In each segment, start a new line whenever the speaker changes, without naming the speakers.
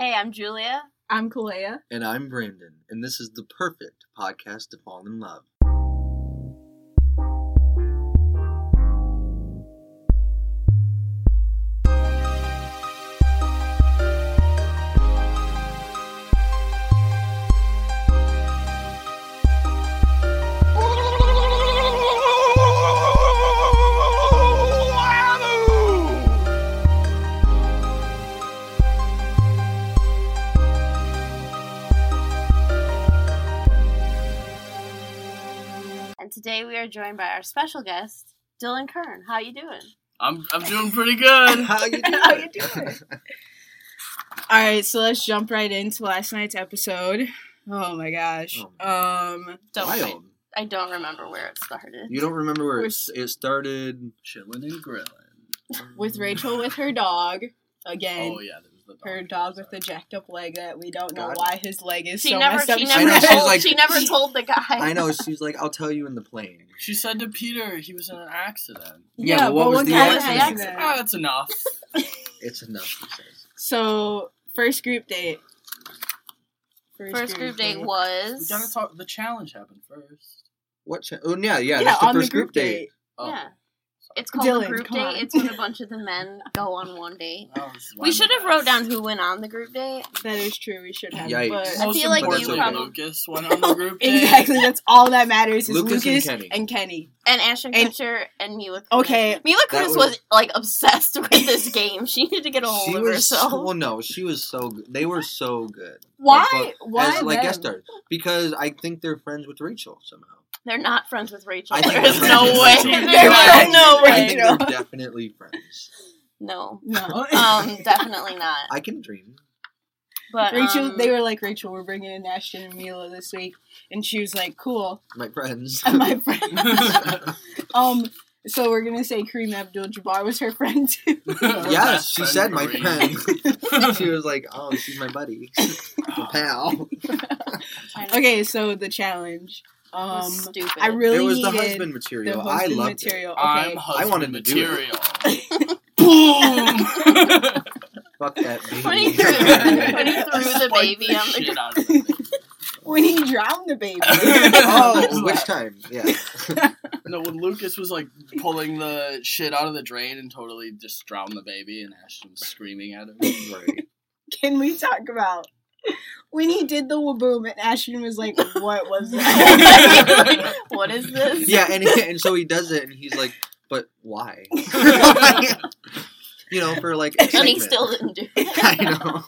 Hey, I'm Julia.
I'm Kalea.
And I'm Brandon, and this is the perfect podcast to fall in love.
And today we are joined by our special guest, Dylan Kern. How you doing?
I'm I'm doing pretty good.
How you doing?
How you doing? All right, so let's jump right into last night's episode. Oh my gosh. Um,
Don't
Wild.
I don't remember where it started.
You don't remember where
We're-
it, it started?
Chilling and grilling. Mm.
with Rachel with her dog again.
oh yeah, there was the dog.
Her dog with the jacked up leg that we don't know
God.
why his leg is
she
so
never
messed up.
she
I know,
never
she's
told
like-
she never told the guy.
I know. She's like, I'll tell you in the plane.
She said to Peter he was in an accident.
Yeah, but what was the
kind of
accident?
accident?
Ah, that's enough.
It's enough. She says.
So first group date.
First group date
we
was
gotta talk. The challenge happened first.
What? Cha- oh yeah, yeah.
Yeah,
that's the
on
first
the group, date.
Oh,
Yeah.
sorry.
It's called
Dylan,
a group
come
date.
on.
It's when a bunch of the men go on one date.
Oh, this is why
We
I'm
should have
the
wrote down
best.
who went on the group date.
That is true. We should have.
Yikes.
But
I
Most
feel like you
importantly,
probably-
Lucas went on the group date.
exactly. That's all that matters is
Lucas
Lucas,
and Kenny.
and Kenny.
And Ashton
And-
Kutcher and Mila Kunis.
Okay.
Mila
That
Kunis was,
was-
like obsessed with this game. She needed to get a hold
She
of
was
herself.
so, well. No, she was so. good. They were so good.
Why?
Like, but-
why?
As like guest
them?
stars because I think they're friends with Rachel somehow.
They're not friends with Rachel.
I think
There's
they're
no
friends
way.
with Rachel.
There's no
I
way.
think they're definitely friends.
No.
No.
Um, definitely not.
I can dream.
But
Rachel,
um,
they were like, Rachel, we're bringing in Ashton and Mila this week, and she was like, cool.
My friends.
And my friend, um, so we're gonna say Kareem Abdul-Jabbar was her friend too.
yes, she said my
Marie.
friend. she was like, "Oh, she's my buddy, my pal."
trying to-
Okay, so the challenge.
it
Um,
was stupid.
I really
it was the
needed
husband material.
the
I
husband
loved
material.
I'm
Okay,
husband
wanted to do it.
material. Boom.
it. Fuck that baby.
When he threw it. When he threw the
Spiked
baby on the
shit
ground.
out of it.
when he drowned the baby.
oh, which time? Yeah.
No, when Lucas was like pulling the shit out of the drain and totally just drowned the baby, and Ashton was screaming at him.
Right.
Can we talk about when he did the waboom and Ashton was like, "What was that?"
Like, what is this?
Yeah, and he, and so he does it, and he's like, "But why?" you know, for like.
And he
excitement.
still didn't do it.
I know.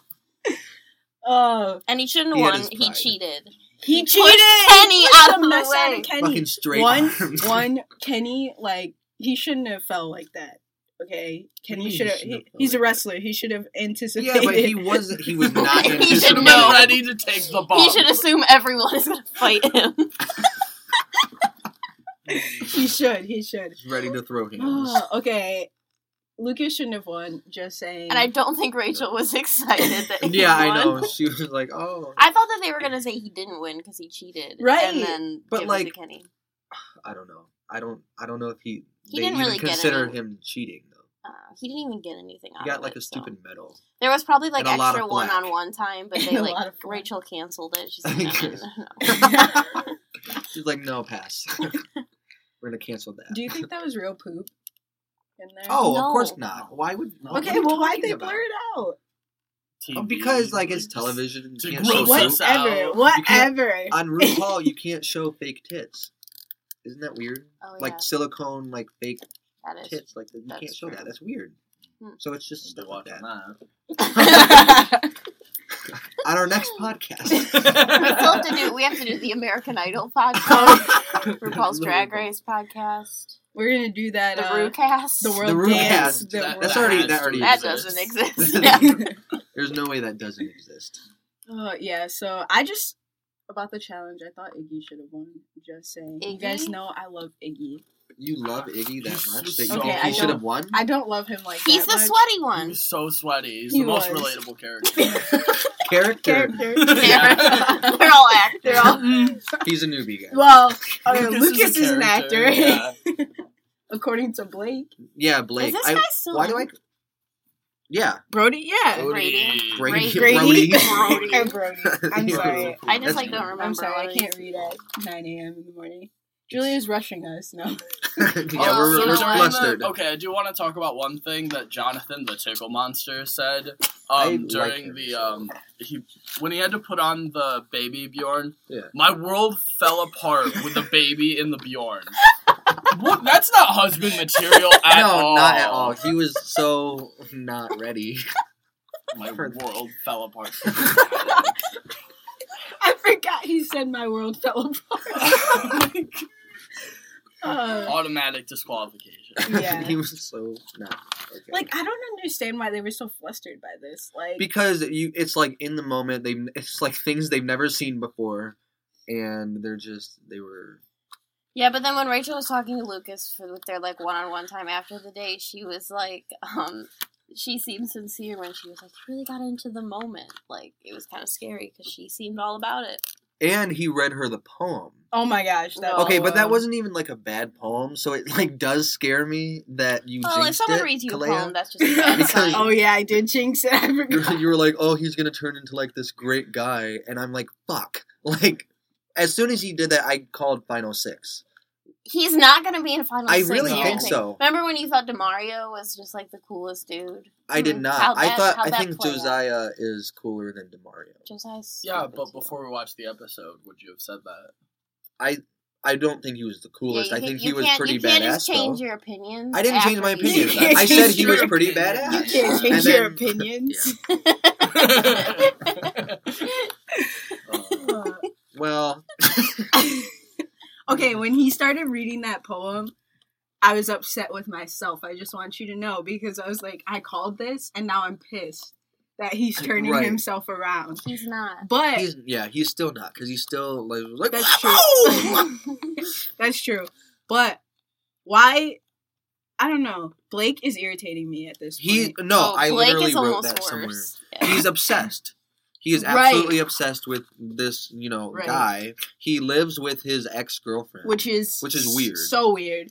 Oh,
And he shouldn't
He
have
had
won.
his
He
pride.
cheated.
he
pushed
cheated.
Kenny
He pushed
out of the
mess out
way.
of Kenny.
Fucking straight
one,
arms.
one, Kenny, like he shouldn't have fell like that. Okay, Kenny
He
should have.
shouldn't have
He,
fell
he's a
like that.
wrestler. He should have anticipated.
Yeah, but he was he was not.
He
He should
should
have
know.
been ready to take the bomb.
He should assume everyone is going to fight him.
he should. He should.
ready to throw hands.
Oh, okay, Lucas shouldn't have won. Just saying.
And I don't think Rachel was excited that he
yeah, I
won.
know. She was like, "Oh,
I thought that they were gonna say he didn't win because he cheated,
Right.
And then
But,
give it
like,
to Kenny.
I don't know. I don't. I don't know if he.
He
they
didn't
even
really get
considered
any-
him cheating though.
Uh, he didn't even get anything. Out
He got
of
like
it,
a
so.
stupid medal.
There was probably like
and a lot
extra
of black.
one-on-one time, but
And
they
a
like
lot of black.
Rachel canceled it. She's like, no, no, no, no, no.
She's like, "No, pass. We're gonna cancel that."
Do you think that was real poop? In there?
oh,
No.
of course not. Why would? what are
Okay,
you
well, why'd
talking
they
about?
blur it out?
TV,
Oh, because like it's
just-
television. and
to
you can't
gross
show poop.
us
Whatever.
out.
Whatever.
on RuPaul, you can't show fake tits. Isn't that weird?
Oh,
Like
yeah,
silicone, like fake
that is.
tits, like you
that's
can't show
true.
that. That's weird.
Hmm.
So it's just
They're
stuff like
watching
that.
that.
On our next podcast,
We still have to do. We have to do the American Idol podcast, RuPaul's Drag Race podcast,
We're gonna do that.
the
uh,
RuCast.
the world
The Rucast.
dance. The
That-
that's
world-
already-
has
that
to
already
that
exists.
doesn't exist. Yeah.
there's no way that doesn't exist.
Oh yeah, so I just about the challenge. I thought Iggy should have won. Just saying, you guys
Iggy?
know I love Iggy.
You love Iggy that
He's
much
so
that you
Okay,
think
I
he should
don't-
have won?
I don't love him like
Mm. He's
that
the
much.
sweaty
He
one.
was so sweaty. He's
He
the most
was.
relatable character.
Character.
character.
Yeah.
They're all mm. actors.
They're all-
He's a newbie guy.
well, okay, Oh, Lucas,
a
is, an
character,
actor,
yeah.
according to Blake.
yeah, Blake.
Is this
I,
guy still?
why do
in?
I? Yeah.
Brody?
Oh,
Yeah.
Brady.
Brady.
Brady.
Brady.
Brody.
Or Brody. I'm
Yeah.
sorry.
I just
That's-
like don't remember.
I'm sorry. I
like-
can't read at 9 a.m. in the morning. Julia's rushing us. No.
yeah,
Oh,
we're,
so
we're
now
during
I'm
flustered.
The, Uh, okay, I do want to talk about one thing that Jonathan, the tickle monster, said
I
um,
like
during
her,
the
so.
um, he when he had to put on the baby Bjorn.
Yeah.
My world fell apart with the baby in the Bjorn. what? That's not husband material at
no,
all.
not at all. He was so not ready.
My
For-
world fell apart.
I forgot he said my world fell apart. Uh,
Automatic disqualification.
Yeah.
he was so not. Okay.
like, I don't understand why they were so flustered by this. Like,
because you, it's like in the moment they, it's like things they've never seen before, and they're just they were.
Yeah, but then when Rachel was talking to Lucas for with their like one-on-one time after the date, she was like, um, she seemed sincere when she was like, "You really got into the moment." Like it was kind of scary because she seemed all about it.
And he read her the poem.
oh my gosh. That
Okay, but
Oh.
that
um,
wasn't even like a bad poem, so it like does scare me that you.
Well, if
jinxed
someone
it,
reads you
Kalea.
a poem, that's just a bad
Because-
sign.
Oh yeah, I did jinx it. I
you
forgot.
were- you were like, "Oh, he's gonna turn into like this great guy," and I'm like, "Fuck!" Like, as soon as he did that, I called Final Six.
He's not going to be in final.
I
six,
really
here's the
think
thing.
so.
Remember when you thought Demario was just like the coolest dude?
I did
Mhm.
not.
How'd
I
that-
thought.
how'd
I
that
think
play out?
Josiah is cooler than Demario.
Josiah's
Yeah,
stupid,
but
too.
before we watch the episode, would you have said that?
I don't think he was the coolest.
Yeah,
I
you
think
can't-
he was
you can't-
pretty
you
badass.
can't just change
though.
your opinions.
I didn't change
after
my
you-
opinion.
You can't
I said he
change
was
your
pretty
opinion.
You
badass.
can't change
And
your
then-
opinions.
Uh,
Well,
okay, when he started reading that poem, I was upset with myself. I just want you to know because I was like, I called this, and now I'm pissed that he's turning
Right.
himself around.
He's not.
But
he's yeah, he's still not because he's still like, like
That's true.
"Wow!"
that's true. But why? I don't know. Blake is irritating me at this point.
He no,
Oh,
I
Blake
literally
is
wrote
almost
that somewhere.
worse. Yeah.
he's obsessed. He is
Right.
absolutely obsessed with this, you know,
Right.
guy. He lives with his ex girlfriend,
which is
Which is weird.
So weird.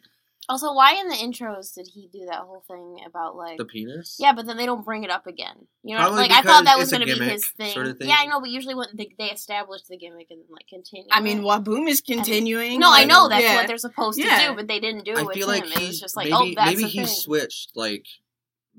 Also, why in the intros did he do that whole thing about like?
the penis.
yeah, but then they don't bring it up again. You know,
Probably
like I thought
because
that was
it's a
going to be
gimmick
his thing.
sort of thing.
Yeah, I know, but usually when they, they establish the gimmick and then like continue.
I mean,
it.
Waboom is continuing.
no, I
like,
know that's
yeah.
what they're supposed
Yeah.
to do, but they didn't do it
I
with
feel
him.
like
it
he
was just like,
maybe,
oh, that's
maybe
the
he
thing.
switched like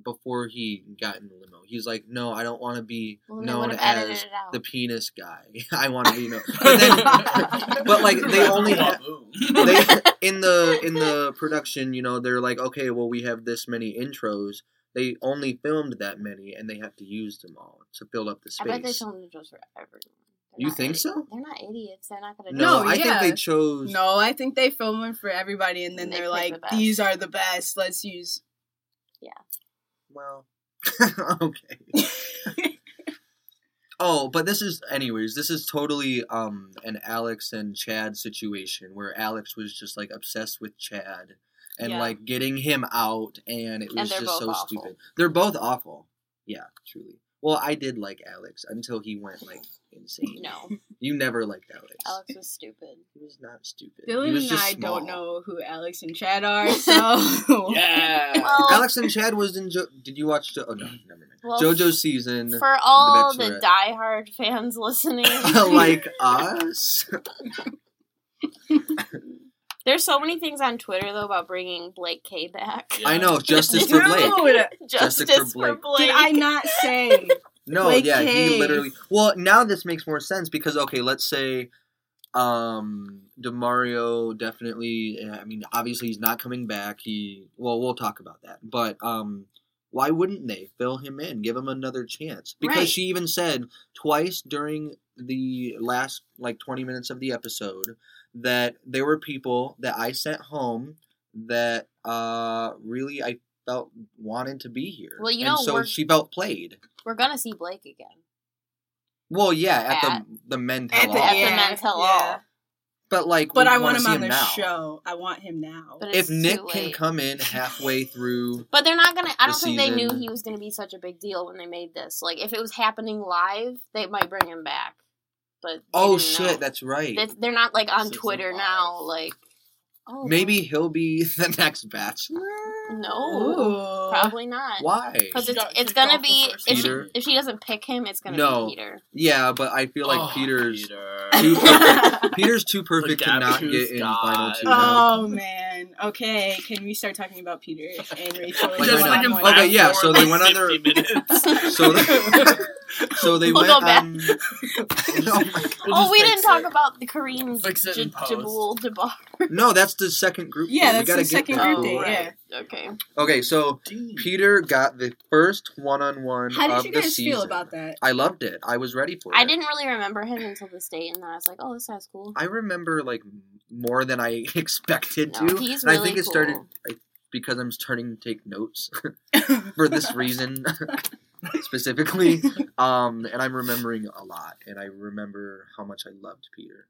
before he got in the limo. He's like, no, I don't want to be
Well, they
known
would've edited
as
it out.
the penis guy. I want to be known, but then. But like they only have, they in the in the production, you know, they're like, okay, well, we have this many intros. They only filmed that many, and they have to use them all to fill up the
I
space.
bet they filmed it just for everyone. They're
You
not
think
idiots.
so?
They're not idiots. They're not going to.
No,
No,
I
yeah.
think they chose.
No, I think they film one for everybody, and then
They
they are
pick
like,
the best.
"These are the best. Let's use."
Well, okay. oh, but this is, anyways, this is totally um an Alex and Chad situation where Alex was just like obsessed with Chad and
Yeah.
like getting him out, and it was
they're
just
both
so
awful.
stupid. They're both awful. Yeah, truly. Well, I did like Alex until he went like insane.
No,
You never liked Alex.
Alex was stupid.
He was not stupid. he
Dylan
was
and
just
I
small.
don't know who Alex and Chad are, so
Yeah.
Well,
Alex and Chad was in. Jo- Did you watch? Jo- oh no, never mind.
Well,
JoJo's season.
for all the,
Bachelorette.
die-hard fans listening,
like us.
there's so many things on Twitter though about bringing Blake K back.
Yeah.
I know justice for Blake.
Dude,
Justice, for Blake.
Blake.
Did I not say?
No,
Blake
yeah,
Hayes.
he literally. Well, now this makes more sense because okay, let's say, um, Demario definitely. eh, I mean, obviously he's not coming back. He well, we'll talk about that. But um, why wouldn't they fill him in, give him another chance? Because
Right.
she even said twice during the last like twenty minutes of the episode that there were people that I sent home that uh really I felt wanted to be here.
Well, you
and
know,
so
we're-
she felt played.
We're gonna see Blake again
Well, yeah, at,
At-
the the men
at
tell
the
all.
at
end. Yeah,
the Men's Tell
yeah.
All.
But like,
But
we
I
wanna
want him
see
on the
now.
show. I want him now.
But
If
it's
Nick
too
can
late.
come in halfway through,
But they're not gonna. I
the
don't think they knew
season.
he was gonna be such a big deal when they made this. Like, if it was happening live, they might bring him back. But they
oh
didn't
shit,
know.
that's right.
They- they're not like on
This isn't
Twitter
live.
now. Like, Oh,
Maybe he'll be the next bachelor.
no, probably not.
Why?
Because
She
it's,
got
it's
kicked
gonna
off the
be
first
if she,
Peter.
if she doesn't pick him, it's gonna
No.
be Peter.
Yeah, but I feel like Peter's
Oh, Peter.
too
Ooh.
perfect. Peter's too perfect to
Look at
not
who's
get in
God.
final two. now.
Oh man. Okay, can we start talking about Peter and Rachel?
Like,
Just
why
like
not?
in
Okay,
Black
yeah,
Mirror,
so they
like
went on their-
50 minutes.
Oh.
So, so they
We'll
went
go back.
on. Oh my
We'll
oh,
just
we
fix
didn't talk
it.
about the Kareem's
Fix it in
J-
post.
Jabul Jabbar.
No, that's the second group.
Yeah,
date.
that's the
get
second
there.
group date, yeah.
Oh, Okay.
Okay, so Peter got the first one-on-one
How
of
did you
the
guys
season.
feel about that?
I loved it. I was ready for it.
I didn't really remember him until this date, and then I was like, "Oh, this guy's cool."
I remember like m- more than I expected
No,
to.
he's
and I
really
think it started
cool.
I, because I'm starting to take notes for this reason specifically. Um, and I'm remembering a lot, and I remember how much I loved Peter.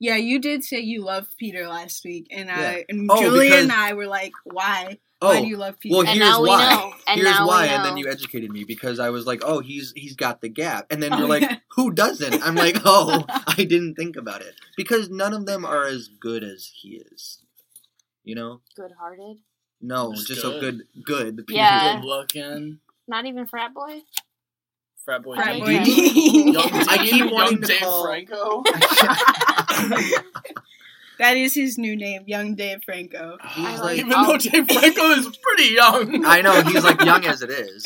Yeah, you did say you loved Peter last week, and I and
Oh,
Julia
because-
and I were like, "Why? Why
Oh,
do you love Peter?"
well,
And
here's
now we
why.
know. And
here's
now we
why, and then
know.
you educated me because I was like, oh, he's he's got the gap, and then
Oh,
you're like,
yeah.
who doesn't? I'm like, oh, I didn't think about it because none of them are as good as he is. You know,
Good-hearted.
no,
Just
just, so good,
good.
good. Peter.
Yeah.
Good looking.
Not even frat boy.
Frat boy.
Frat
Dave.
boy.
Young
Yeah.
I
Dave-
keep
young
wanting to
Dave
call-
Franco.
that is his new name, Young Dave Franco.
He's
like-
like, "Oh."
Even though Dave Franco is pretty young.
I know he's like young as it is.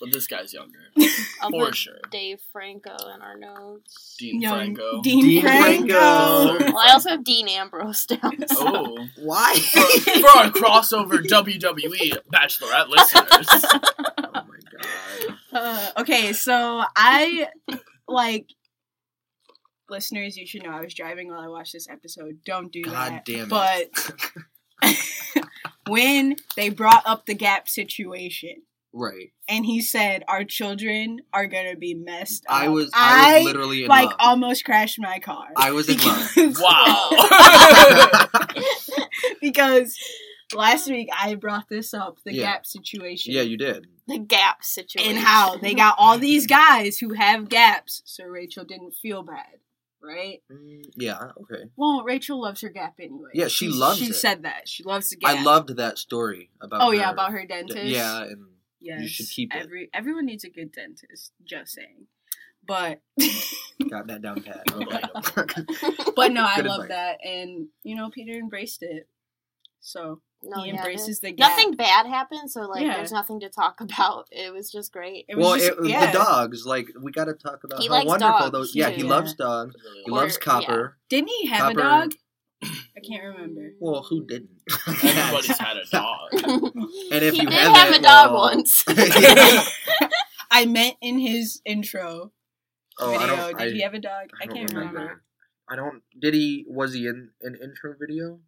But this guy's younger.
I'll
For
put
sure.
Dave Franco in our notes.
Dean
Young
Franco.
Dean,
Dean
Franco.
Franco.
Well, I also have Dean Ambrose down. so-
Oh.
Why?
For, for our crossover WWE Bachelorette listeners.
oh my god.
Uh, okay, so I like listeners. You should know I was driving while I watched this episode. Don't do
God
that.
damn it.
But when they brought up the gap situation.
Right.
and he said our children are gonna be messed up.
I was I, was
Um, I,
literally in
like
love.
almost crashed my car.
I was in love.
Because-
Wow.
because last week I brought this up the
Yeah.
gap situation.
yeah, you did.
The gap situation.
and how they got all these guys who have gaps, so Rachel didn't feel bad, right?
Mm, Yeah, okay.
Well, Rachel loves her gap anyway.
Yeah, she loves
She
it.
said that she loves the gap.
I loved that story about
Oh
her.
yeah, about her dentist.
Yeah, and
Yes.
should keep it.
Every everyone needs a good dentist. Just saying, but
got that down pat. Oh,
but no, I
Good
love
advice.
that, and you know, Peter embraced it. So
No,
he
yeah,
embraces the
there-
gap.
Nothing bad happened, so like,
Yeah.
there's nothing to talk about. It was just great.
It was
well,
just-
it,
yeah.
the dogs. Like we got to talk about
He
how
likes
wonderful
dogs,
those. Yeah, he
too.
loves dogs. He
Or-
loves Copper.
Didn't he have
Copper-
a dog? I can't remember.
Well, who didn't?
Everybody's had a dog.
And if
he
you
did
have
have
it,
a dog
well-
once.
I meant in his intro
oh, I
video.
don't.
Did
I,
he have a dog? I,
I don't
can't remember.
I don't. Did he? Was he in an intro video?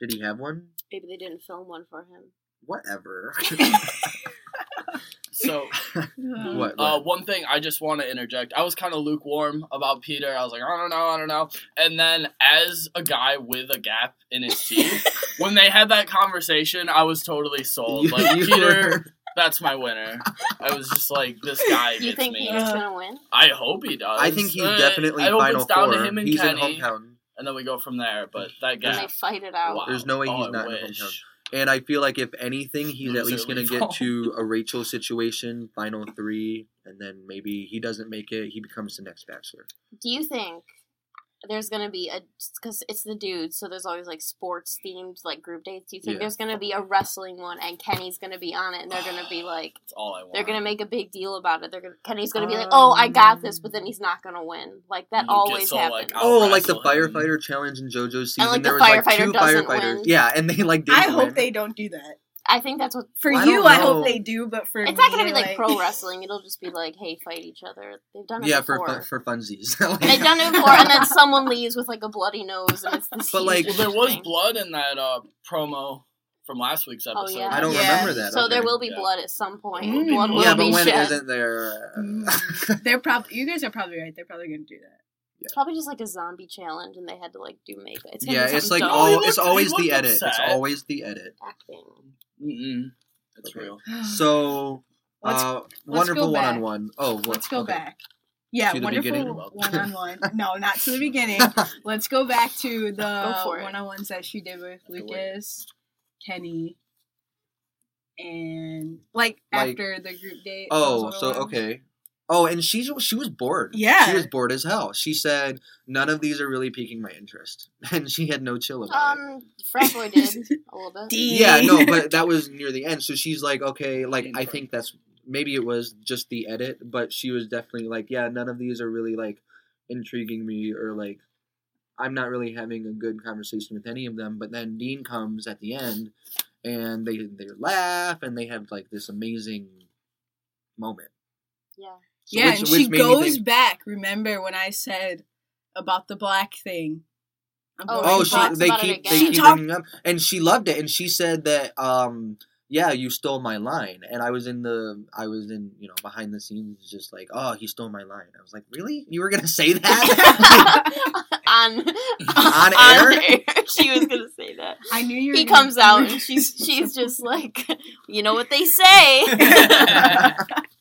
Did he have one?
Maybe they didn't film one for him.
Whatever.
Uh-huh.
So,
what?
uh,
what?
one thing I just want to interject. I was kind of lukewarm about Peter. I was like, I don't know, I don't know. And then, as a guy with a gap in his teeth, when they had that conversation, I was totally sold. Like, Peter, that's my winner. I was just like, this guy
You
gets
think
me.
he's gonna win?
I hope he does.
I think he's
Uh,
definitely
I hope
final
it's down
four.
to him and
he's
Kenny,
in hometown,
and then we go from there. But that
And
guy,
they fight it out.
wow.
There's no way
Oh,
he's
I
not in
wish.
hometown. and I feel like if anything, he's at
Loser
least gonna
leave
get
home.
to a Rachel situation, final three, and then maybe he doesn't make it. He becomes the next bachelor.
Do you think there's gonna be a because it's the dudes, so there's always like sports themed like group dates. Do you think
Yeah.
there's gonna be a wrestling one and Kenny's gonna be on it and they're gonna be like
That's all I want.
they're gonna make a big deal about it. They're gonna Kenny's gonna be like, oh, I got this,
Um.
but then he's not gonna win. Like that
He gets
always
all,
happens.
like, I'll
oh, like the
wrestle him.
firefighter challenge in JoJo's season.
And, like, the
there was like
firefighter
two
doesn't
firefighters.
win.
Yeah, and they like. Didn't
I hope
win.
they don't do that.
I think that's what
For
I
you,
don't
I
know.
hope they do, but for
it's not gonna
me,
be like pro wrestling. It'll just be like, hey, fight each other. They've done it
Yeah, for
before.
fun- for funsies.
They've done it before, and then someone leaves with like a bloody nose, and it's this.
But,
huge
like-
Well, there was
thing.
blood in that uh, promo from last week's
Oh,
episode.
yeah.
I don't
Yeah.
remember that.
So there
okay.
will be
Yeah.
blood at some point.
Mm.
Blood will
Yeah,
be
but when
shed.
isn't there? uh,
They're probably you guys are probably right. They're probably gonna do that.
It's probably just like a zombie challenge, and they had to like do makeup. It's gonna
yeah,
be
it's like
something dumb.
Oh, he
all.
looked-
It's
he
always
looked
the edit. It's
upset.
always the edit.
acting.
Mm-mm. That's
Okay.
real.
So
Let's-
uh,
let's go
wonderful
back.
one on one. Oh, what-
Let's go
okay.
back. Yeah,
To the beginning.
wonderful one on one. No, not to the beginning. Let's go back to the
Go for it.
one on ones that she did with
wait.
Lucas, Kenny, and like,
Like-
after the group date.
Oh,
those
so
one-on-ones.
okay. Oh, and she's she was bored.
Yeah.
she was bored as hell. She said none of these are really piquing my interest, and she had no chill about it.
Um, Frat Boy did a little bit.
D.
Yeah, no, but that was near the end. So she's like, okay, like I
Intro.
think that's maybe it was just the edit, but she was definitely like, yeah, none of these are really like intriguing me or like I'm not really having a good conversation with any of them. But then Dean comes at the end, and they they laugh and they have like this amazing moment.
Yeah.
So
yeah,
which-
and
which
she
made me
goes
think-
back. Remember when I said about the black thing?
Oh,
about
she
Oh,
the
she,
talks
black-
they
about it
keep
again.
they
She
keep
talked-
bringing it up, and she loved it, and she said that, um, yeah, you stole my line, and I was in the, I was in, you know, behind the scenes, just like, oh, he stole my line. I was like, really? You were gonna say that?
on,
On air?
She was gonna say that.
I knew you. Were
He
gonna-
comes out and she's she's just like, you know what they say.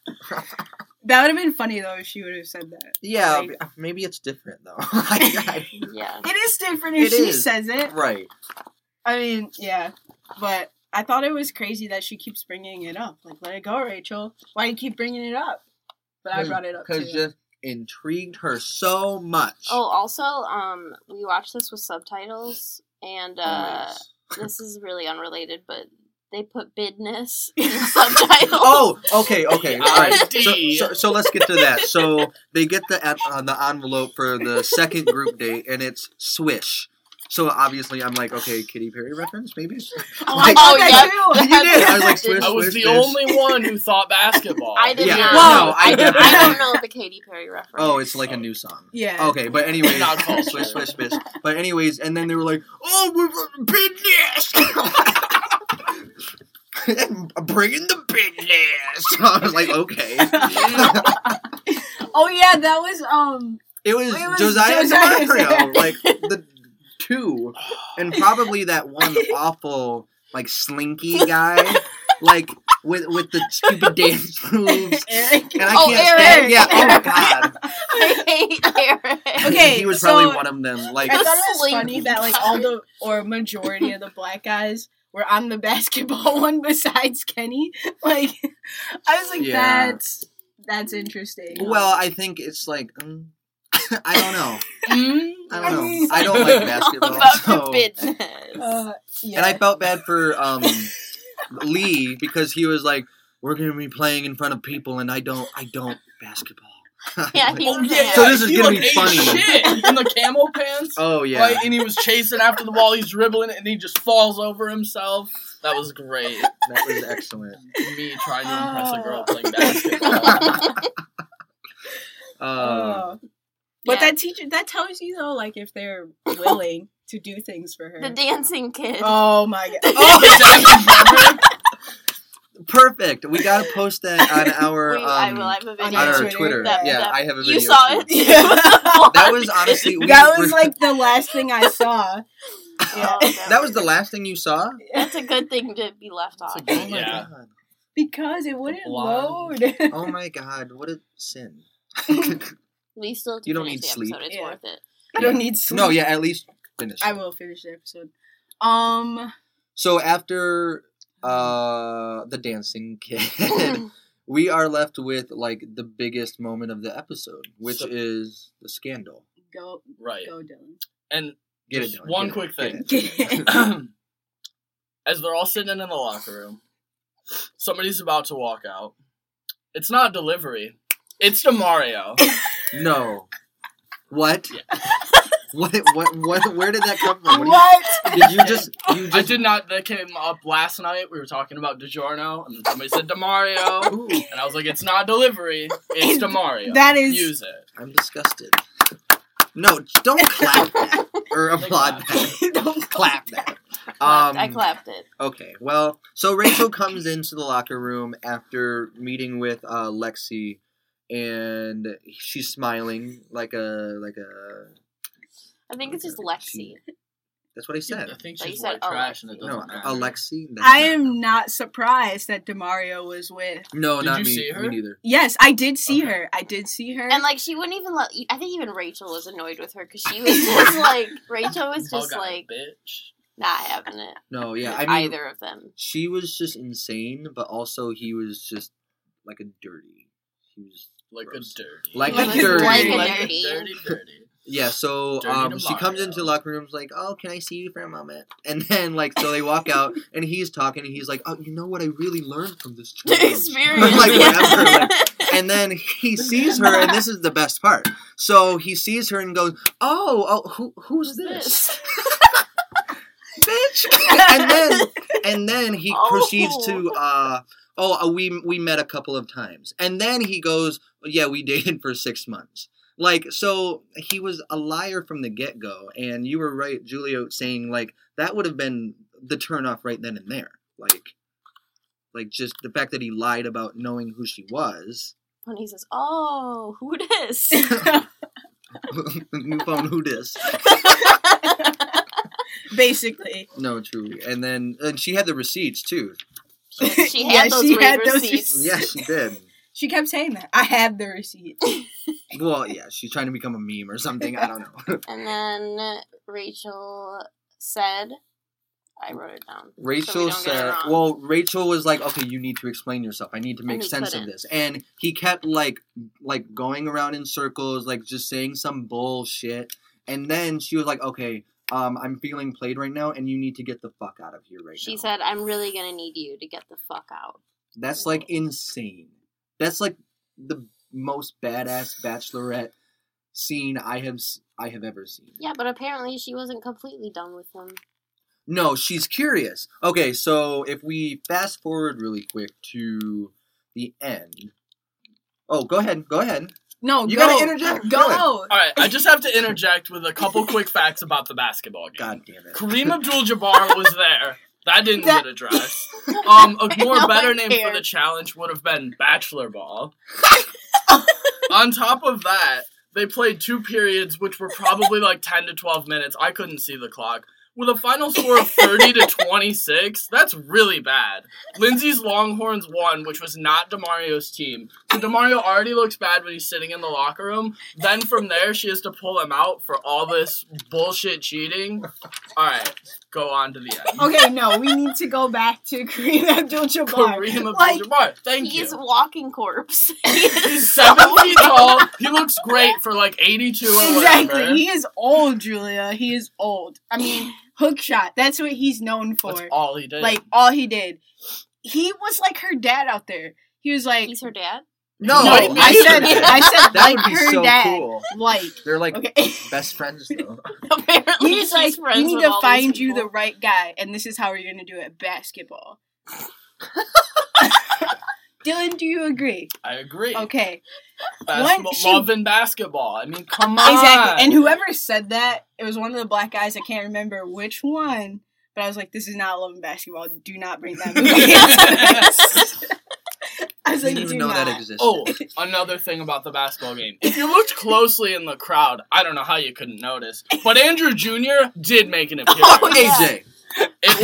That would have been funny though if she would have said that.
yeah,
Right.
m- maybe it's different though. I-
yeah.
It is different if
It
she
is.
says
I-
it.
right.
I mean, yeah, but I thought it was crazy that she keeps bringing it up. Like, let it go, Rachel. Why do you keep bringing it up? But I brought it up too.
because just intrigued her so much.
Oh, also, um, we watched this with subtitles, and uh, this is really unrelated, but they put bidness in the subtitles.
Oh, okay, okay. All right. So,
ID.
so, so let's get to that. So they get the en- uh, the envelope for the second group date, and it's Swish. So obviously, I'm like, okay, Katy Perry reference, maybe.
oh, thought
like-
Oh,
that
You
too.
did. I was like, Swish,
I was
Swish,
the
Swish.
only one who thought basketball.
I did
Yeah.
not.
Whoa,
know.
I
I, did, I
definitely-
don't know the Katy Perry reference.
Oh, it's like a new song.
Yeah.
Okay, but anyways,
Not called
Swish,
Swish.
Swish, Swish. But anyways, and then they were like, oh, we're we're- business. Bringing the business. I was like, okay.
Oh yeah, that was um.
It was,
It was
Josiah
Josiah. Oh.
and Mario, like the two, and probably that one awful like slinky guy, like with with the stupid dance moves.
Eric.
And I
Oh,
can't
Eric.
stand. Yeah. Oh my god.
I hate Eric.
Okay,
he was
so-
probably one of them. Like
I thought it was
Slinky
funny that like all the or majority of the black guys were on the basketball one besides Kenny. Like, I was like,
Yeah.
that's that's interesting.
Well, I think it's like mm, I don't know.
Mm,
I don't know.
mean,
I don't like
All
basketball. Oh.
about
so-
the bidness.
uh, yeah.
And I felt bad for um, Lee because he was like, "We're gonna be playing in front of people, and I don't, I don't basketball."
Yeah,
Like,
he-
Oh yeah.
So this
is
he
gonna
looked
be
ate
funny.
Shit in the camo pants.
oh yeah.
Right, and he was chasing after the ball. He's dribbling it, and he just falls over himself. That was great.
That was excellent.
Me trying to impress a girl
Oh.
playing basketball.
Uh,
Oh. But
Yeah.
that teacher that tells you though, like if they're willing to do things for her.
the dancing kid.
oh my god!
Oh, the Jackson River?
perfect. We gotta post that on our
Wait,
um,
I will have a video.
on
on our
Twitter.
Twitter.
That-
yeah,
that-
I have a video.
you saw
too.
it.
Yeah.
That was honestly we
that was
were-
like the last thing I saw. Yeah.
that was the last thing you saw.
Uh, That's a good thing to be left off.
Oh my
Yeah.
god.
because it wouldn't
Blonde.
load.
Oh my god. What a sin.
We still have to
You don't
finish
need
the
sleep.
Episode. It's
Yeah.
worth it.
I don't need sleep.
no, yeah. At least finish.
I
it.
will finish the episode. Um,
So after uh the dancing kid, we are left with like the biggest moment of the episode, which
So-
is the scandal.
go
Right.
go Dylan.
And
Get
Just
it. Dylan,
one
get it,
quick
get
thing.
it.
as they're all sitting in the locker room, somebody's about to walk out. It's not delivery. It's Demario.
No. What? what? What? What? Where did that come from? What
What?
do you- did you just? You just?
I did not. That came up last night. We were talking about DiGiorno, and then somebody said Demario,
Ooh,
and I was like, "It's not delivery. It's Demario.
That is-
use it."
I'm disgusted. No, don't clap that or applaud that.
Don't
Clap that.
Clapped- I
Um,
clapped it.
Okay, well, so Rachel comes into the locker room after meeting with uh, Lexi, and she's smiling like a like a
I think it's just Lexi.
That's what I
Yeah,
said.
I think
But
she's
you said
white trash, and it
Alexi.
doesn't
no,
matter.
Alexi. that's
I
not-
am not surprised that Demario was with.
No,
Did
not
you
me.
see her?
Me neither.
Yes, I did see
Okay.
her. I did see her.
And like she wouldn't even let. I think even Rachel was annoyed with her because she was just like Rachel was just
Bug-eyed
like
bitch.
not having it.
No, yeah. I
with
mean,
either of them.
she was just insane, but also he was just like a dirty. He was
Like a
Gross.
dirty.
Like
a Like a dirty. dirty.
Like a dirty, dirty.
yeah. So
Dirty
um, she
Demario.
comes into the locker room, is like, "Oh, can I see you for a moment?" And then like, so they walk out, and he's talking, and he's like, "Oh, you know what I really learned from this
The
trip?"
experience.
Like,
yeah.
whatever, and then he sees her, and this is the best part. So he sees her and goes, "Oh, oh, who, who's this?" bitch. and then and then he
Oh.
proceeds to uh oh uh, we we met a couple of times. And then he goes, yeah, we dated for 6 months. Like so he was a liar from the get-go and you were right Julio saying like that would have been the turnoff right then and there. Like like just the fact that he lied about knowing who she was.
when he says, "Oh, who this?"
New phone who dis.
Basically,
No, true. And then and she had the receipts too.
she had
Yeah,
those
she
rave
had those
receipts.
Yeah, she did.
she kept saying that. I have the receipt.
Well, yeah, she's trying to become a meme or something. I don't know.
And then Rachel said, "I wrote it down."
Rachel
don't get it
said,
wrong.
"Well, Rachel was like, okay, you need to explain yourself. I need to make
he
sense of
couldn't.
this." And he kept like, like going around in circles, like just saying some bullshit. And then she was like, "Okay, um, I'm feeling played right now, and you need to get the fuck out of here right
She
now."
said, "I'm really gonna need you to get the fuck out."
"That's like insane. That's like the most badass bachelorette scene I have s- I have ever seen."
Yeah, but apparently she wasn't completely done with him.
No, she's curious. Okay, so if we fast forward really quick to the end. Oh, go ahead. Go ahead.
No,
You
Oh, go.
gotta interject.
Go.
All right, I just have to interject with a couple quick facts about the basketball game.
God damn it.
Kareem Abdul-Jabbar was there. That didn't
That-
get addressed. Um, a more
No
better
one
name for
cared.
the challenge would have been Bachelor Ball. On top of that, they played two periods, which were probably like ten to twelve minutes. I couldn't see the clock. With a final score of thirty to twenty-six, that's really bad. Lindsay's Longhorns won, which was not Demario's team. So Demario already looks bad when he's sitting in the locker room. Then from there, she has to pull him out for all this bullshit cheating. All right, go on to the end.
Okay, no, we need to go back to Kareem Abdul-Jabbar.
Kareem
Like,
Abdul-Jabbar. Thank
He's
you.
walking corpse.
He's seven feet tall. He looks great for like 82 or whatever.
exactly. He is old, Julia. He is old. I mean, hook shot. That's what he's known for.
That's all he did.
like all he did. He was like her dad out there. He was like,
He's her dad.
No,
No,
I,
I said,
said
I said,
that
like
would be
her
so
dad,
cool.
like.
They're like
Okay,
best friends though.
Apparently,
he was
she's
like,
friends
we need
with
to
all these
find you the
people.
right guy, and this is how we're gonna do it: basketball. Dylan, do you agree?
I agree.
Okay,
Basketball,
When she-
love and basketball. I mean, come on.
exactly. And whoever said that, it was one of the black guys. I can't remember which one, but I was like, this is not loving basketball. Do not bring that movie. into this." I was
I
like,
didn't
do
even know that
not.
existed.
Oh, another thing about the basketball game. If you looked closely in the crowd, I don't know how you couldn't notice, but Andrew Jr. did make an appearance.
Oh, yeah.
AJ.
It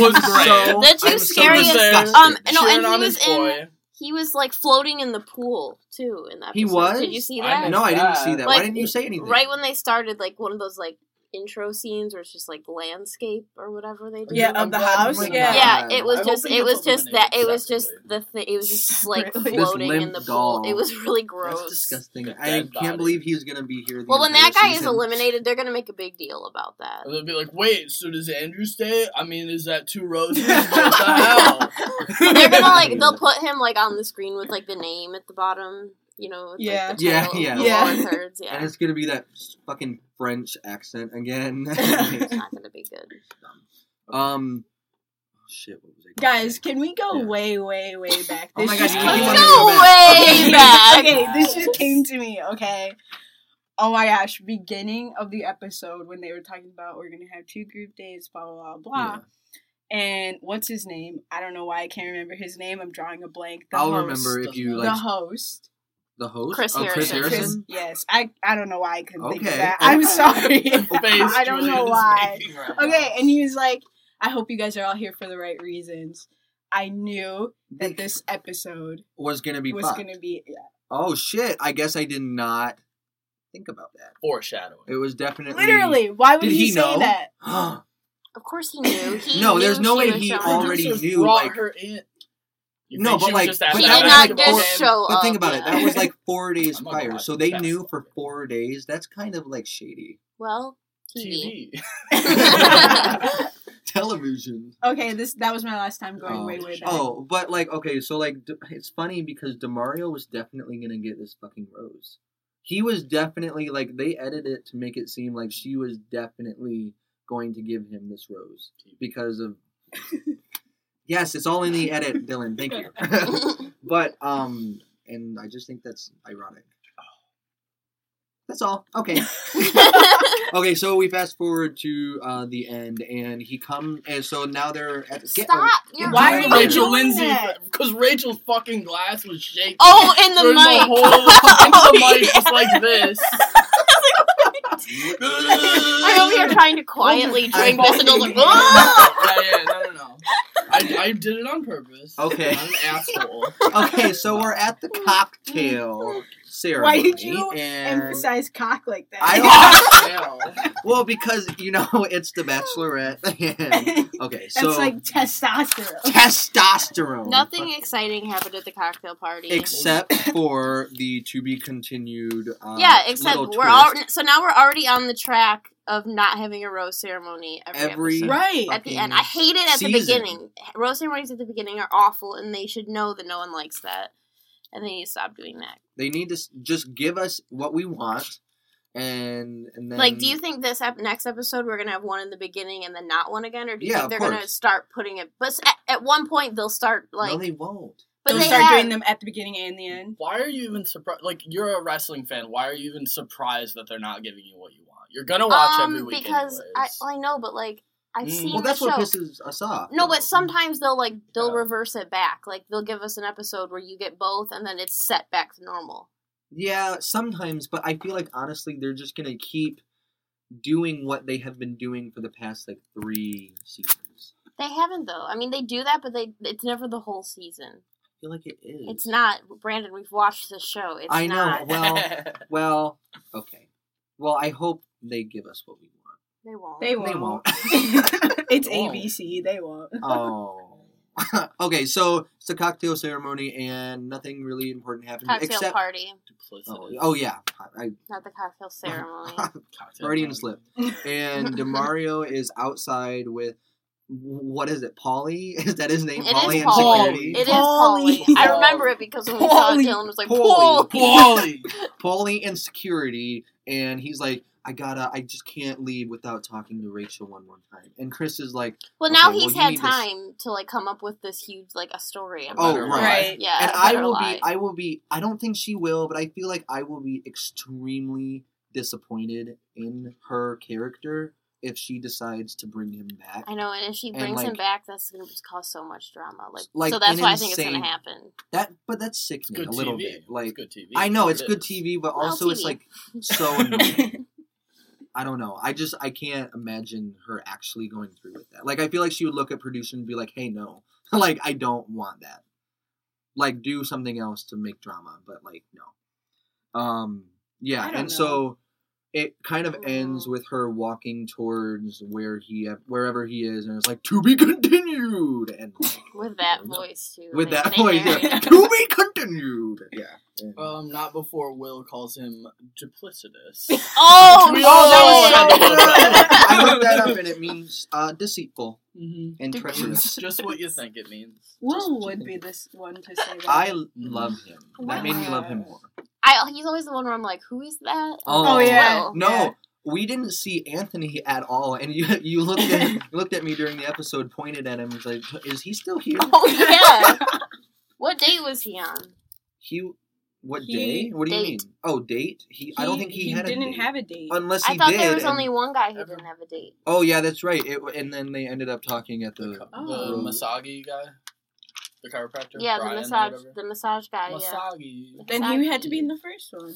was great.
So,
The two
I'm
scariest-
So disgusted.
um, no,
Cheering
and he
on
was
his
in-
boy.
He was like floating in the pool too in that.
He
episode.
was?
Did you see
I
that?
no, I didn't
Like,
see that. Why didn't you say anything?
Right when they started, like one of those like intro scenes where it's just like landscape or whatever they do.
Yeah, oh of the house, yeah.
Yeah, it was
I hope
just
they
it
get
was just that
eliminated
it was just
separately.
the thi- it was just like
Separately.
This
floating in
limp
the pool.
doll.
It was really gross.
That's disgusting.
Good
I can't
dead body.
believe he's gonna be here. The
Well, when
entire
that guy is
season.
eliminated, they're gonna make a big deal about that.
And they'd be like, wait, so does Andrew stay? I mean, is that two roses? what the hell?
They're gonna like they'll put him like on the screen with like the name at the bottom, you know. With,
Yeah.
like, the title,
Yeah, yeah.
the
Yeah.
lower thirds, yeah.
and it's gonna be that fucking French accent again.
It's not gonna be good.
Um, shit, what was I? gonna
Guys,
say?
can we go
Yeah.
way, way, way back?
Oh my
just
gosh,
came
you
to
wanna
me.
go
way
Okay,
back.
Okay, this just came to me. Okay. Oh my gosh! Beginning of the episode when they were talking about we're gonna have two group days, blah blah blah. blah. And what's his name? I don't know why I can't remember his name. I'm drawing a blank. The
I'll
host.
remember if you
the
like.
host.
The host?
Chris
Oh,
Harrison.
Chris- yes, I I don't know why I couldn't think of
Okay.
that. I'm sorry.
The face
I don't know
Julian is
why.
making right
Okay,
now.
and he was like, "I hope you guys are all here for the right reasons." I knew that this episode
was gonna be
was
fucked.
gonna be yeah.
Oh shit! I guess I did not think about that.
foreshadowing.
It was definitely
literally. Why would
Did
he,
he
say
know?
that?
Of course he knew. He
No,
knew
there's no
she
way
was
he
showing up.
already
Producers
knew,
brought
like-
her in. You
No,
think
but
she was
like-
just
but
He
asking
did
that-
about
not
that's
basketball
just
game?
show
but
up.
think about it. That was
yeah.
like four days
I'm not gonna
prior,
watch
so
it.
they
That's
knew
not
for
good.
four days. That's kind of like shady
well, TV.
TV.
television.
Okay, this that was my last time going way way back.
oh, but like okay, so like d- it's funny because Demario was definitely gonna get this fucking rose. He was definitely like they edited it to make it seem like she was definitely going to give him this rose because of. yes, it's all in the edit, Dylan. Thank you. but um, and I just think that's ironic. That's all. Okay. Okay, so we fast forward to uh, the end, and he come, and so now they're at. get- oh,
Stop! You're
Why are
Why
ruining
you
Rachel
doing
Lindsay?
that?
Because Rachel's fucking glass was shaking.
Oh, in the
during
mic.
whole, oh, the
Oh,
mic was like this.
I'm over here trying to quietly drink this, and I was like, "Ah!"
yeah, yeah, no, no, no. I, I did it on purpose.
Okay.
I'm an asshole.
okay, so we're at the cocktail ceremony.
Why did you
and
Emphasize cock like that.
I don't-
Cocktail.
Well, because you know it's the Bachelorette. and- okay,
That's
so
like testosterone.
testosterone.
Nothing exciting happened at the cocktail party.
except for the to be continued. Uh,
yeah, except
little
we're all
twist.
so now we're already on the track of not having a rose ceremony every,
Every-
episode.
Right.
at the end. I hate it at the
season.
beginning. Rose ceremonies at the beginning are awful, and they should know that no one likes that, and they need to stop doing that.
They need to s- just give us what we want, and and then
like, do you think this ep- next episode we're gonna have one in the beginning and then not one again, or do you
Yeah,
think
of
they're gonna
course.
start putting it? But s- at, at one point they'll start like,
no, they won't.
but
Don't
they
start
have-
doing them at the beginning and the end.
Why are you even surprised? Like, you're a wrestling fan. Why are you even surprised that they're not giving you what you want? You're gonna watch every
um
week
because I,
anyways.
well, I know, but like I've
Mm.
seen
Well,
the
that's
show.
what pisses us off.
No,
though.
but sometimes they'll like they'll
Yeah.
reverse it back. Like they'll give us an episode where you get both, and then it's set back to normal.
Yeah, sometimes, but I feel like honestly, they're just gonna keep doing what they have been doing for the past like three seasons.
They haven't though. I mean, they do that, but they it's never the whole season.
I feel like it is.
It's not Brandon. We've watched the show. It's
Hmm. I know.
Not.
Well, well, okay. Well, I hope they give us what we want.
They won't.
They won't.
They won't.
it's
Whoa.
ABC. They won't.
oh. okay, so it's a cocktail ceremony, and nothing really important happened
cocktail
except.
party,
Oh,
Duplicity.
oh yeah, I,
not the cocktail ceremony.
Cocktail
Freudian
party.
slip. And Demario is outside with what is it? Polly? Is that his name?
It is
Polly and
Polly.
security.
it is
Polly.
Polly. I remember it because when we saw it,
Polly.
Dylan was like,
Polly.
"Polly."
Wally.
Paulie and security, and he's like, I gotta, I just can't leave without talking to Rachel one more time. And Chris is like,
Well, now
Okay,
he's
well, you
had
need to s-
time to like come up with this huge like a story. about
oh
her.
right.
Right.
Yeah,
And
a
I
better
will
lie.
be, I will be, I don't think she will, but I feel like I will be extremely disappointed in her character if she decides to bring him back.
I know, and if she
And,
brings him
like-
back, that's going to just cause so much drama. Like,
Like,
so that's
an
why I think it's going
insane-
to happen.
That, but that's
It's
sickening
good
a
TV.
little bit. Like,
it's good TV.
I know it's
It
good
is.
TV, but
Well,
also it's
TV.
like so. annoying. I don't know. I just I can't imagine her actually going through with that. Like I feel like she would look at producer and be like, "Hey, no, like I don't want that. Like do something else to make drama." But like no, um, yeah.
I
And
don't Mm-hmm.
so it kind of ends
Mm.
with her walking towards where he wherever he is, and it's like to be continued, and
With that voice too.
with
They-
that
they
voice,
married
yeah,
him.
to be continued. Yeah. And-
Um, not before Will calls him duplicitous.
Oh,
We
shit.
all
Oh,
know
that was so good. I looked that up and it means uh, deceitful
mm-hmm.
and
Dece-
treacherous.
Just what you think it means.
Will would be this one to say that.
I l- love him. That made me love him more.
I, he's always the one where I'm like, who is that?
Oh,
Will.
yeah. Yeah.
No, we didn't see Anthony at all, and you you looked at you looked at me during the episode, pointed at him, was like, "Is he still here?"
Oh yeah. what date was he on?
He, what
He-
day? What do you mean?
date.
Oh, date? He, I don't think he, had a
didn't
date.
have a date.
unless he
I thought
did.
there was
and-
only one guy who
Ever.
didn't have a date.
oh yeah, that's right. It, and then they ended up talking at the.
The,
Oh.
Masagi guy. The the chiropractor.
yeah,
Brian or
the massage,
whatever.
the massage guy. Yeah.
Masagi.
Then
Massage-
he had to be in the first one.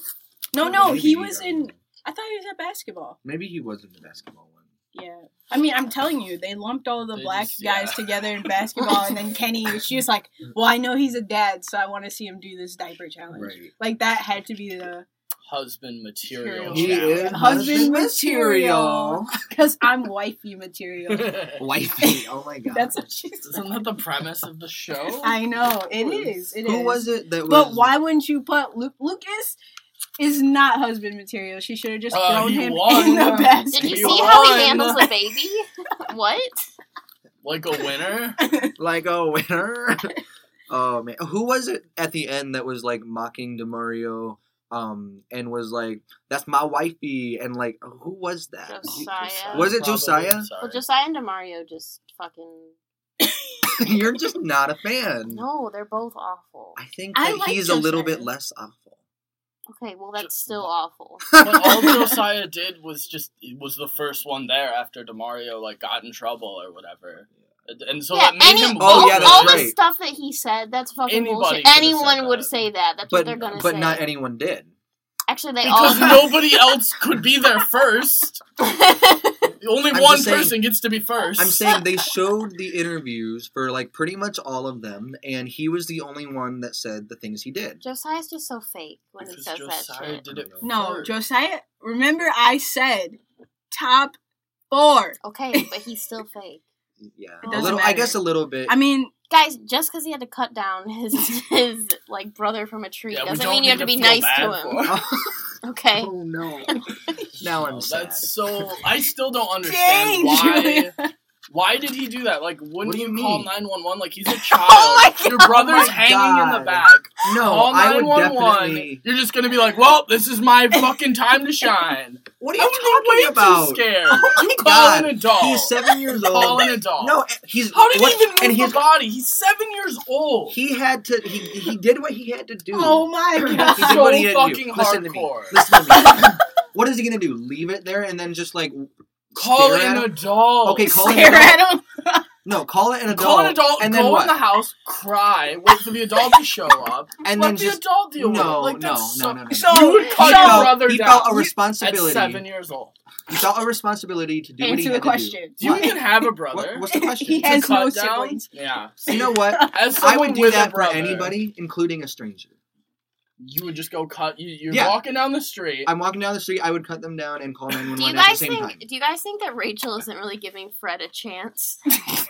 No, no, he was in. I thought he was at basketball.
Maybe he was in the basketball one.
Yeah. I mean, I'm telling you, they lumped all the
They
black
just-
guys
yeah.
together in basketball, and then Kenny, she was like, "Well, I know he's a dad, so I want to see him do this diaper challenge."
Right.
Like that had to be the
Husband material.
He
challenge.
husband material. because I'm wifey material.
Isn't
Wifey. Oh my god.
That's what she said.
that the premise of the show?
I know it is. It is.
Who was it that was?
But why wouldn't you put Luke? Lucas is not husband material. She should have just
Uh,
thrown
he
him
won.
in the basket.
Did you
You
see how
won.
he handles the baby? what?
Like a winner?
Like a winner. oh man, who was it at the end that was like mocking Demario? Um, and was like, "That's my wifey," and like, who was that?
Josiah.
Was it
Probably,
Josiah?
sorry.
Well, Josiah and Demario just fucking.
You're just not a fan.
No, they're both awful.
I think
I
that
like
he's a little
Josiah.
bit less awful.
Okay, well that's still awful.
But all Josiah did was just was the first one there after Demario like got in trouble or whatever, and and so
yeah,
that made
any,
him.
Oh,
all,
look
yeah,
good.
that's
all the
right.
stuff that he said, that's fucking
Anybody
bullshit.
could've said
Anyone
that.
would say that. That's what
But
they're gonna
but
say.
not anyone did.
Actually, they all.
because nobody else could be there first. Only
I'm
one
just saying-
person gets to be first.
I'm saying they showed the interviews for like pretty much all of them, and he was the only one that said the things he did.
Josiah's just so fake when he
Because
says that
Josiah
shit.
did it
No,
first.
Josiah. Remember, I said top four.
Okay, but he's still fake.
Yeah,
It
a
doesn't
little. I
matter.
guess a little bit.
I mean,
Guys, just because he had to cut down his his like brother from a tree
Yeah, we
doesn't
don't
mean you have
need
to be
feel
nice to
bad
him.
for
oh,
Okay.
no! Now I'm
No,
sad.
Oh, That's so. I still don't understand
dang,
why.
Julia.
Why did he do that? Like, wouldn't
do
you,
you
call
mean? Oh
nine one one? Like, he's a child.
my
Your brother's
my
hanging in
God.
the back.
no,
call
I
nine
would
one one.
definitely.
You're just gonna be like, "Well, this is my fucking time to shine."
What are
I'm
you
way
talking about? Oh
too scared.
my
you call
God.
an adult.
He's seven years
Call
old.
an adult.
No, he's
how did
what-
he even move
and
his
he's
body? He's seven years old.
he had to he, he did what he had to do.
oh my
That's
He did
god.
so
what he had to do.
fucking
Listen to me.
hardcore.
Listen to me. what is he gonna do? Leave it there and then just like
Call
stare
an
at him?
adult.
Okay, call an
Stare
adult.
at him.
No, call it an adult.
Call an adult,
and
go
then
in the
what?
house, cry, wait for the adult to show up,
And
let
then
the
just
adult deal with it.
No,
Like,
no,
that's
no,
so-
no, no, no.
So,
You would
so
cut your
felt,
brother
he
down
felt a
at
responsibility.
seven years old.
He felt a responsibility to do what
answer
he had
the
to
question.
You
Why?
can have a
do.
brother.
What, what's the question?
He
To
has no
cut down-
siblings.
Yeah.
you know what?
As
I
someone
would do
with
that
a
for
brother,
anybody, including a stranger.
You would just go cut. You, you're
Yeah.
walking down the street.
I'm walking down the street. I would cut them down and call 911
Do you
at the
guys
same
think?
time.
Do you guys think that Rachel isn't really giving Fred a chance?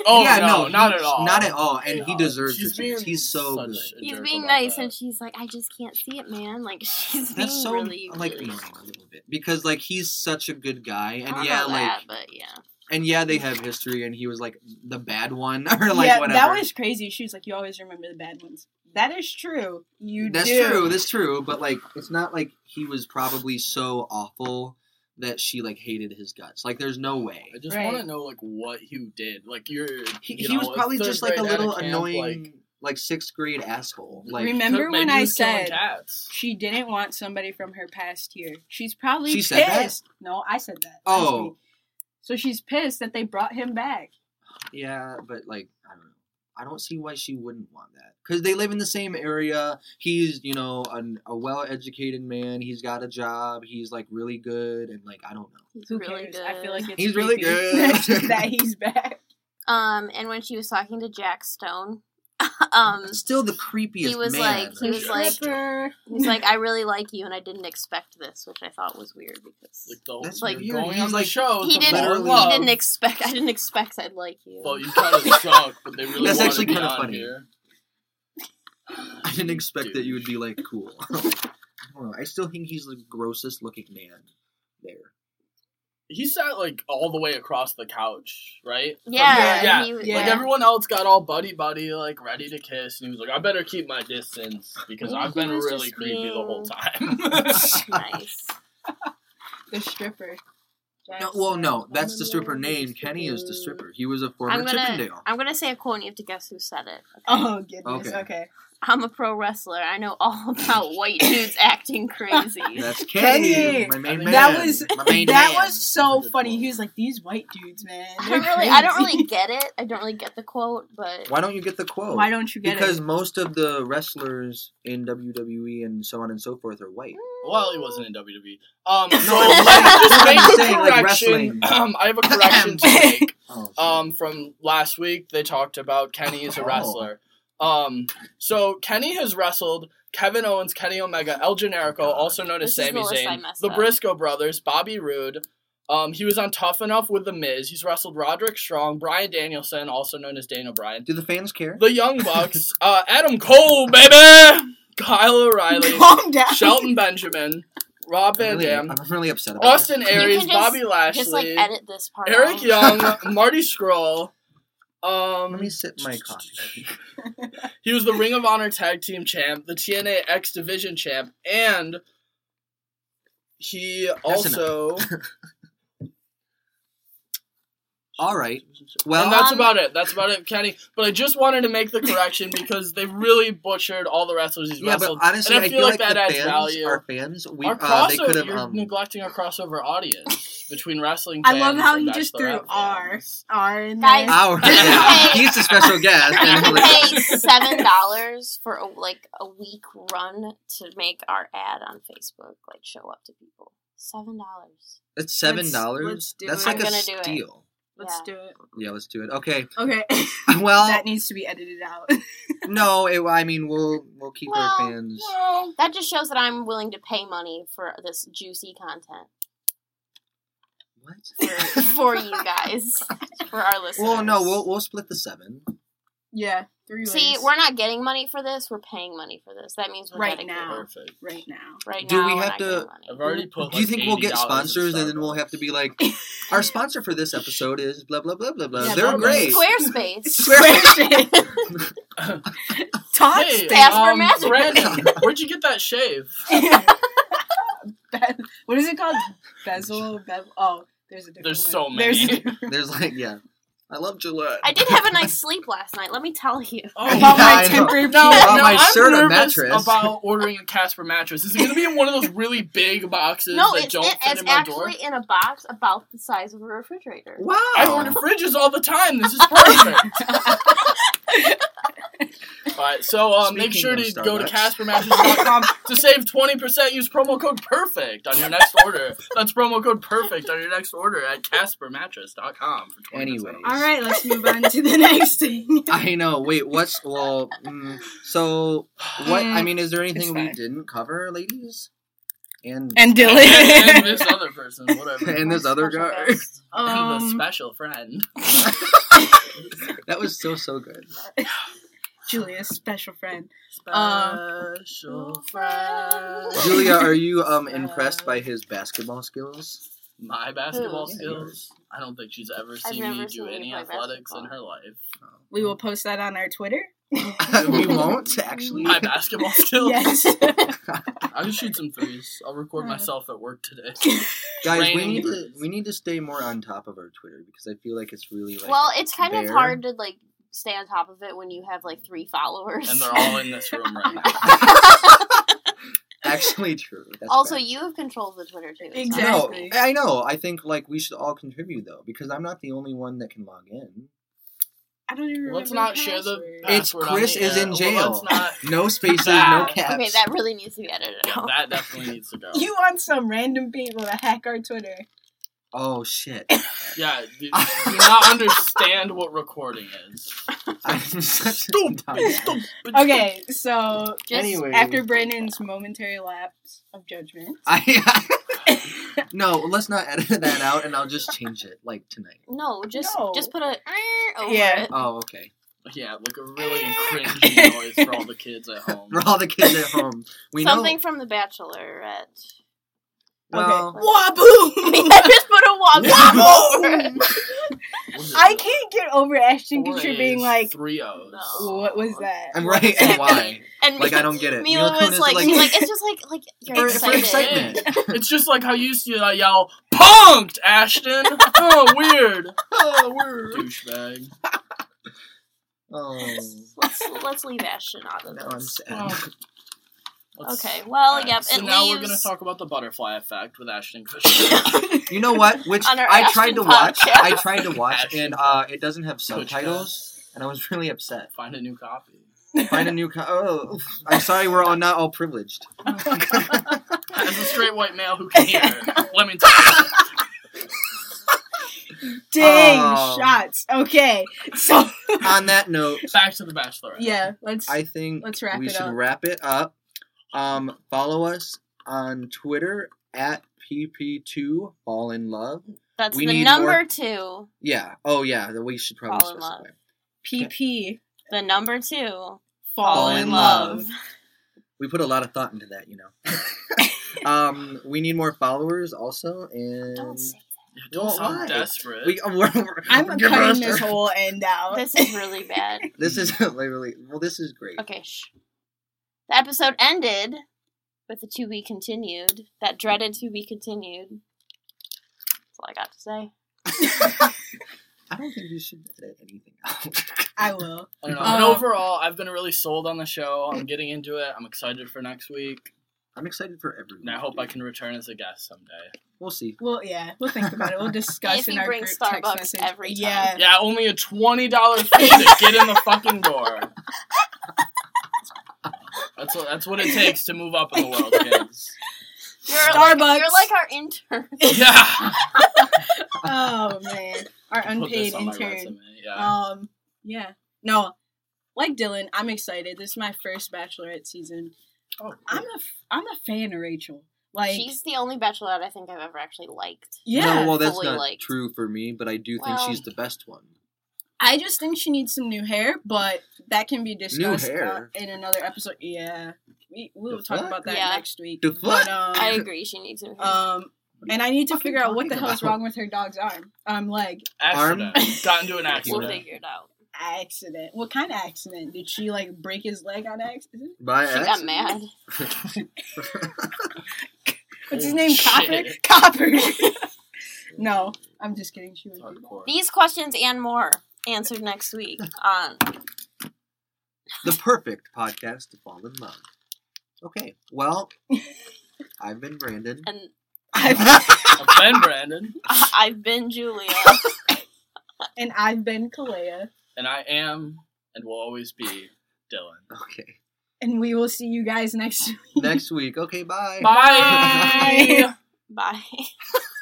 oh
yeah,
no,
he-
not at all.
Not at all. And he
No,
deserves
she's
the chance.
being
He's so
such
good.
a
He's
jerk
being
about
nice,
that.
and she's like, "I just can't see it, man." Like she's being
That's so
really
like
really-
annoying a little bit because like he's such a good guy
I
and
don't
yeah
know
like
that, but yeah.
and yeah they have history and he was like the bad one or like
yeah,
whatever.
that was crazy. She was like, "You always remember the bad ones." That is true. You
That's
do.
true. That's true. But like, it's not like he was probably so awful that she like hated his guts. Like, there's no way.
I just
Right.
want to know like what you did. Like you're.
He, he
you know,
was
a
probably
third
just like a
grade
little
out of camp,
annoying, like,
like,
sixth grade asshole. Like,
Remem- Remember
maybe
when
he
I
was killing
said-
cats.
She didn't want somebody from her past year. She's probably
She
pissed.
said that?
No, I said that. That's
Oh.
me. So she's pissed that they brought him back.
yeah, but like, I don't know. I don't see why she wouldn't want that because they live in the same area. He's, you know, an, a well-educated man. He's got a job. He's like really good, and like, I don't know.
He's
Who
really
cares?
good.
I feel like it's
He's really
creepy
good.
that he's back.
Um, and when she was talking to Jack Stone, um,
Still the creepiest.
he was
man.
like- he was like- he's like, "I really like you, and I didn't expect this," which I thought was weird because
Like oh, the
That's
you're
weird.
going
He's
on
like-
the show.
he
to
didn't.
fall in
literally-
He
love.
didn't expect. I didn't expect I'd like you.
Well, you kind of suck, but they really
That's
wanted
actually
me
kinda
on
funny.
Here.
I didn't expect that you would be like cool. I don't know. I still think he's the grossest looking man there.
He sat like all the way across the couch, right? From
yeah,
here- yeah.
he was-
Yeah.
Like everyone else got all buddy buddy, like ready to kiss, and he was like, "I better keep my distance because
Maybe
I've
he
been
was
really
just
creepy the
being-
whole time."
nice.
the stripper.
No, well, no, that's the stripper name. Kenny is the stripper. He was a former
I'm gonna.
Chippendale.
I'm gonna say a quote. and You have to guess who said it.
Oh goodness.
Okay.
Okay.
I'm a pro wrestler. I know all about white dudes acting crazy.
That's Kenny,
Kenny.
my main man.
That was-
my main
that
man.
was so
Good
funny.
boy.
He was like, "These white dudes, man."
I
they're
don't really, I don't
crazy."
really get it. I don't really get the quote, but
Why don't you get the quote?
Why don't you get
because
it?
most of the wrestlers in WWE and so on and so forth are white.
Well, he wasn't in WWE. Um, so
No,
let me just make
I'm
a
saying, like,
correction.
wrestling.
Um, I have a correction to make.
Oh, sorry.
Um, from last week, they talked about Kenny as a
Oh.
wrestler. Um, so Kenny has wrestled Kevin Owens, Kenny Omega, El Generico,
God.
also known as
This is
Sami
the list I
Zayn,
messed
the
up.
Briscoe brothers, Bobby Roode. Um, he was on Tough Enough with The Miz. He's wrestled Roderick Strong, Brian Danielson, also known as Daniel Bryan,
Do the fans care?
the Young Bucks, uh, Adam Cole, baby, Kyle O'Reilly,
Calm down.
Shelton Benjamin, Rob
I'm
Van
really,
Dam,
I'm really upset about
Austin
this.
Aries,
just-
Bobby Lashley,
just like edit this part.
Eric
out.
Young, Marty Scroll. Um,
Let me sip my coffee.
he was the Ring of Honor Tag Team Champ, the TNA X Division Champ, and he also.
All right.
Well,
Well,
and that's
Um,
about it. That's about it, Kenny. But I just wanted to make the correction because they really butchered all the wrestlers he's
yeah, but
wrestled.
honestly,
and
I feel like,
that
the
adds
fans,
value.
our fans, we
our
uh, they
crossover,
could have.
you're
Um,
neglecting our crossover audience between wrestling.
I love
fans
how
and
he just threw
Bachelorette
R.
fans.
Are in
Guys,
Ah.
there.
our yeah, he's a special guest.
You
and
have
he'll
to
let-
pay seven dollars for a, like a week run to make our ad on Facebook like show up to people. Seven dollars.
That's seven
let's
dollars.
do
That's
it.
like
I'm
a
gonna do it.
steal.
Let's
Yeah.
do it.
Yeah, let's do it. Okay.
Okay,
Uh,
Well,
that needs to be edited out.
no, it, I mean we'll we'll keep our
Well,
fans.
Well,
That just shows that I'm willing to pay money for this juicy content
What?
for, for you guys, for our listeners.
Well, no, we'll we'll split the seven.
yeah, three
See,
ways.
we're not getting money for this. We're paying money for this. That means we're
Right
getting
now.
perfect.
right now.
Right
Do
now,
we
we're
have
not
to-
getting
I've
money.
already put.
Do
Like
you think we'll get
$80 in
sponsors and then
Starbucks.
we'll have to be like, our sponsor for this episode is blah blah blah blah blah.
Yeah,
They're
Starbucks.
great.
Squarespace.
Squarespace. Todd
Hey,
Casper
um,
Master.
Brandon, where'd you get that shave?
Be- what is it called? Bezel. Bevel. Oh, there's a different.
There's
one.
so many.
There's-
There's like, yeah, I love Gillette.
I did have a nice sleep last night. Let me tell you.
Oh,
about
Yeah,
my
I know.
temporary.
Now,
period.
About
now
my
I'm
Serta
nervous
mattress.
about ordering a Casper mattress. Is it gonna be in one of those really big boxes
No,
that
it's,
don't
it,
fit
it's
in my door?
actually in a box about the size of a refrigerator.
Wow.
I order fridges all the time. This is perfect. all right, so um, make
Speaking
sure
of
to go to
Starbucks.
CasperMattress.com to save twenty percent. Use promo code Perfect on your next order. That's promo code Perfect on your next order at CasperMattress.com for twenty
Anyways.
percent.
All right, let's move on to the next thing.
I know. Wait, what's well? Mm, so what? I mean, is there
It's
anything we
fine.
didn't cover, ladies? And
and
and this other person, whatever.
and this other
Special
guy.
guest.
the
um,
special friend.
that was so so good.
Julia's special friend.
uh,
Special friend.
Julia, are you um impressed by his basketball skills?
My basketball
Who?
skills. I don't think she's ever seen
never
me
seen
do
you
any
play
athletics in her life.
We
Mm.
will post that on our Twitter.
Um, we won't actually.
My basketball skills.
Yes.
I can shoot some threes. I'll record
Uh.
myself at work today.
Guys, we
Raining
need to
birds.
we need to stay more on top of our Twitter because I feel like it's really like
well, it's kind of
bear.
hard to like stay on top of it when you have like three followers.
And they're all in this room right now.
actually true. That's
also,
bad.
you have control of the Twitter too.
Exactly.
So.
No, I know. I think like we should all contribute though because I'm not the only one that can log in.
I don't even
Let's
remember
not
the
share the
password.
It's
password on
Chris
the
is
air.
in
Well,
jail.
let's not.
No spaces, no caps.
Ah. Okay, that really needs to be edited
Yeah,
out.
that definitely needs to go.
You want some random people to hack our Twitter?
Oh shit!
Yeah, do, do not understand what recording is.
I'm such a
Stupid,
dumbass.
stupid,
Okay, so just
Anyway.
after Brandon's momentary lapse of judgment,
I no, let's not edit that out, and I'll just change it like tonight.
No, just
No.
just put a "er" over
Yeah.
it.
Oh, okay.
Yeah, like a really cringy noise for all the kids at home.
For all the kids at home, we
Something
know.
from The Bachelorette.
Well,
okay.
I just put a wobble over it.
Waboo! I can't get over Ashton
Four
Kutcher
A's,
being like,
three O's.
No.
"What was that?"
I'm right, and why?
And
Like I don't get it.
Mila
Kunis
was
is
like, she's like, it's just like like you're
for, for
excited.
excitement.
It's just like how you used to uh, yell, "Punked, Ashton." oh, weird.
oh, we're
Douchebag.
Oh,
Let's let's leave Ashton out of
now I'm
this.
sad.
Oh.
Let's-
Okay. Well,
Alright,
yep.
So
it
now
leaves.
we're gonna talk about the butterfly effect with Ashton Kutcher.
You know what? Which
On our
I tried
Ashton
to watch.
podcast.
I tried to watch,
Ashton.
and uh, it doesn't have
Kutcher.
subtitles, and I was really upset.
Find a new copy.
Find a new. Co- oh, I'm sorry. We're all not all privileged.
As a straight white male who can hear, let me tell you.
Dang
Oh.
shots. Okay, so
On that note,
Back to the Bachelorette.
yeah, let's.
I think
Let's wrap
we
it
should
up.
wrap it up. Um, follow us on Twitter at pp2 fall in love.
That's
we
the
need
number
more-
two.
Yeah. Oh yeah. that We should probably
Fall in love.
specify.
PP
The number two.
fall,
Fall
in
in
love.
love. We put a lot of thought into that, you know. um, we need more followers also, and
Don't say
Yeah, Don't
Well,
sound
why?
desperate.
we. um, we're, we're-
I'm
we're-
cutting this whole end out.
this is really bad.
This is literally well. This is great.
Okay. Shh. The episode ended with the to be continued. That dreaded to be continued. That's all I got to say.
I don't think you should edit anything out.
I will.
I don't know.
Uh,
but overall, I've been really sold on the show. I'm getting into it. I'm excited for next week,
I'm excited for everyone.
and I hope I can return as a guest someday.
We'll see.
Well, yeah, we'll think about it. We'll discuss
If
in
you
our
bring
group
Starbucks
text message.
every time.
Yeah,
Yeah, only a twenty dollar fee to get in the fucking door. That's what, that's what it takes to move up in the world, kids.
You're
Starbucks.
Like, you're like our intern.
Yeah.
oh man, our
Put
unpaid
this on my
intern.
resume, Yeah.
Um, yeah, no, like Dylan, I'm excited. This is my first Bachelorette season.
Oh,
I'm a f- I'm a fan of Rachel. Like,
She's the only bachelorette I think I've ever actually liked.
yeah,
No, well, that's
fully
not
liked.
true for me, but I do think
Well-
she's the best one.
I just think she needs some new hair, but that can be discussed
hair?
uh, in another episode. Yeah, we we'll
The
talk
fuck?
about that
Yeah.
next week.
The
But
fuck?
um,
Uh,
I agree. She needs to.
um, and I need to
Fucking
figure out what the
talking
hell's
about?
wrong with her dog's arm, um, leg
Accident.
Arm?
Got into an
we'll
accident.
figure it out.
accident. What kind of accident? Did she like break his leg on accident?
By
She got mad.
What's his
Oh,
name?
shit.
Copper. Copper. no, I'm just kidding. She was.
Hardcore.
These questions and more answered next week um, on
the perfect podcast to fall in love. Okay, well, I've been Brandon.
and
I've been Brandon,
I- I've been Julia.
and I've been Kalea,
and I am and will always be Dylan.
okay,
and we will see you guys next.
next week. Okay, bye.
Bye.
Bye.
Bye.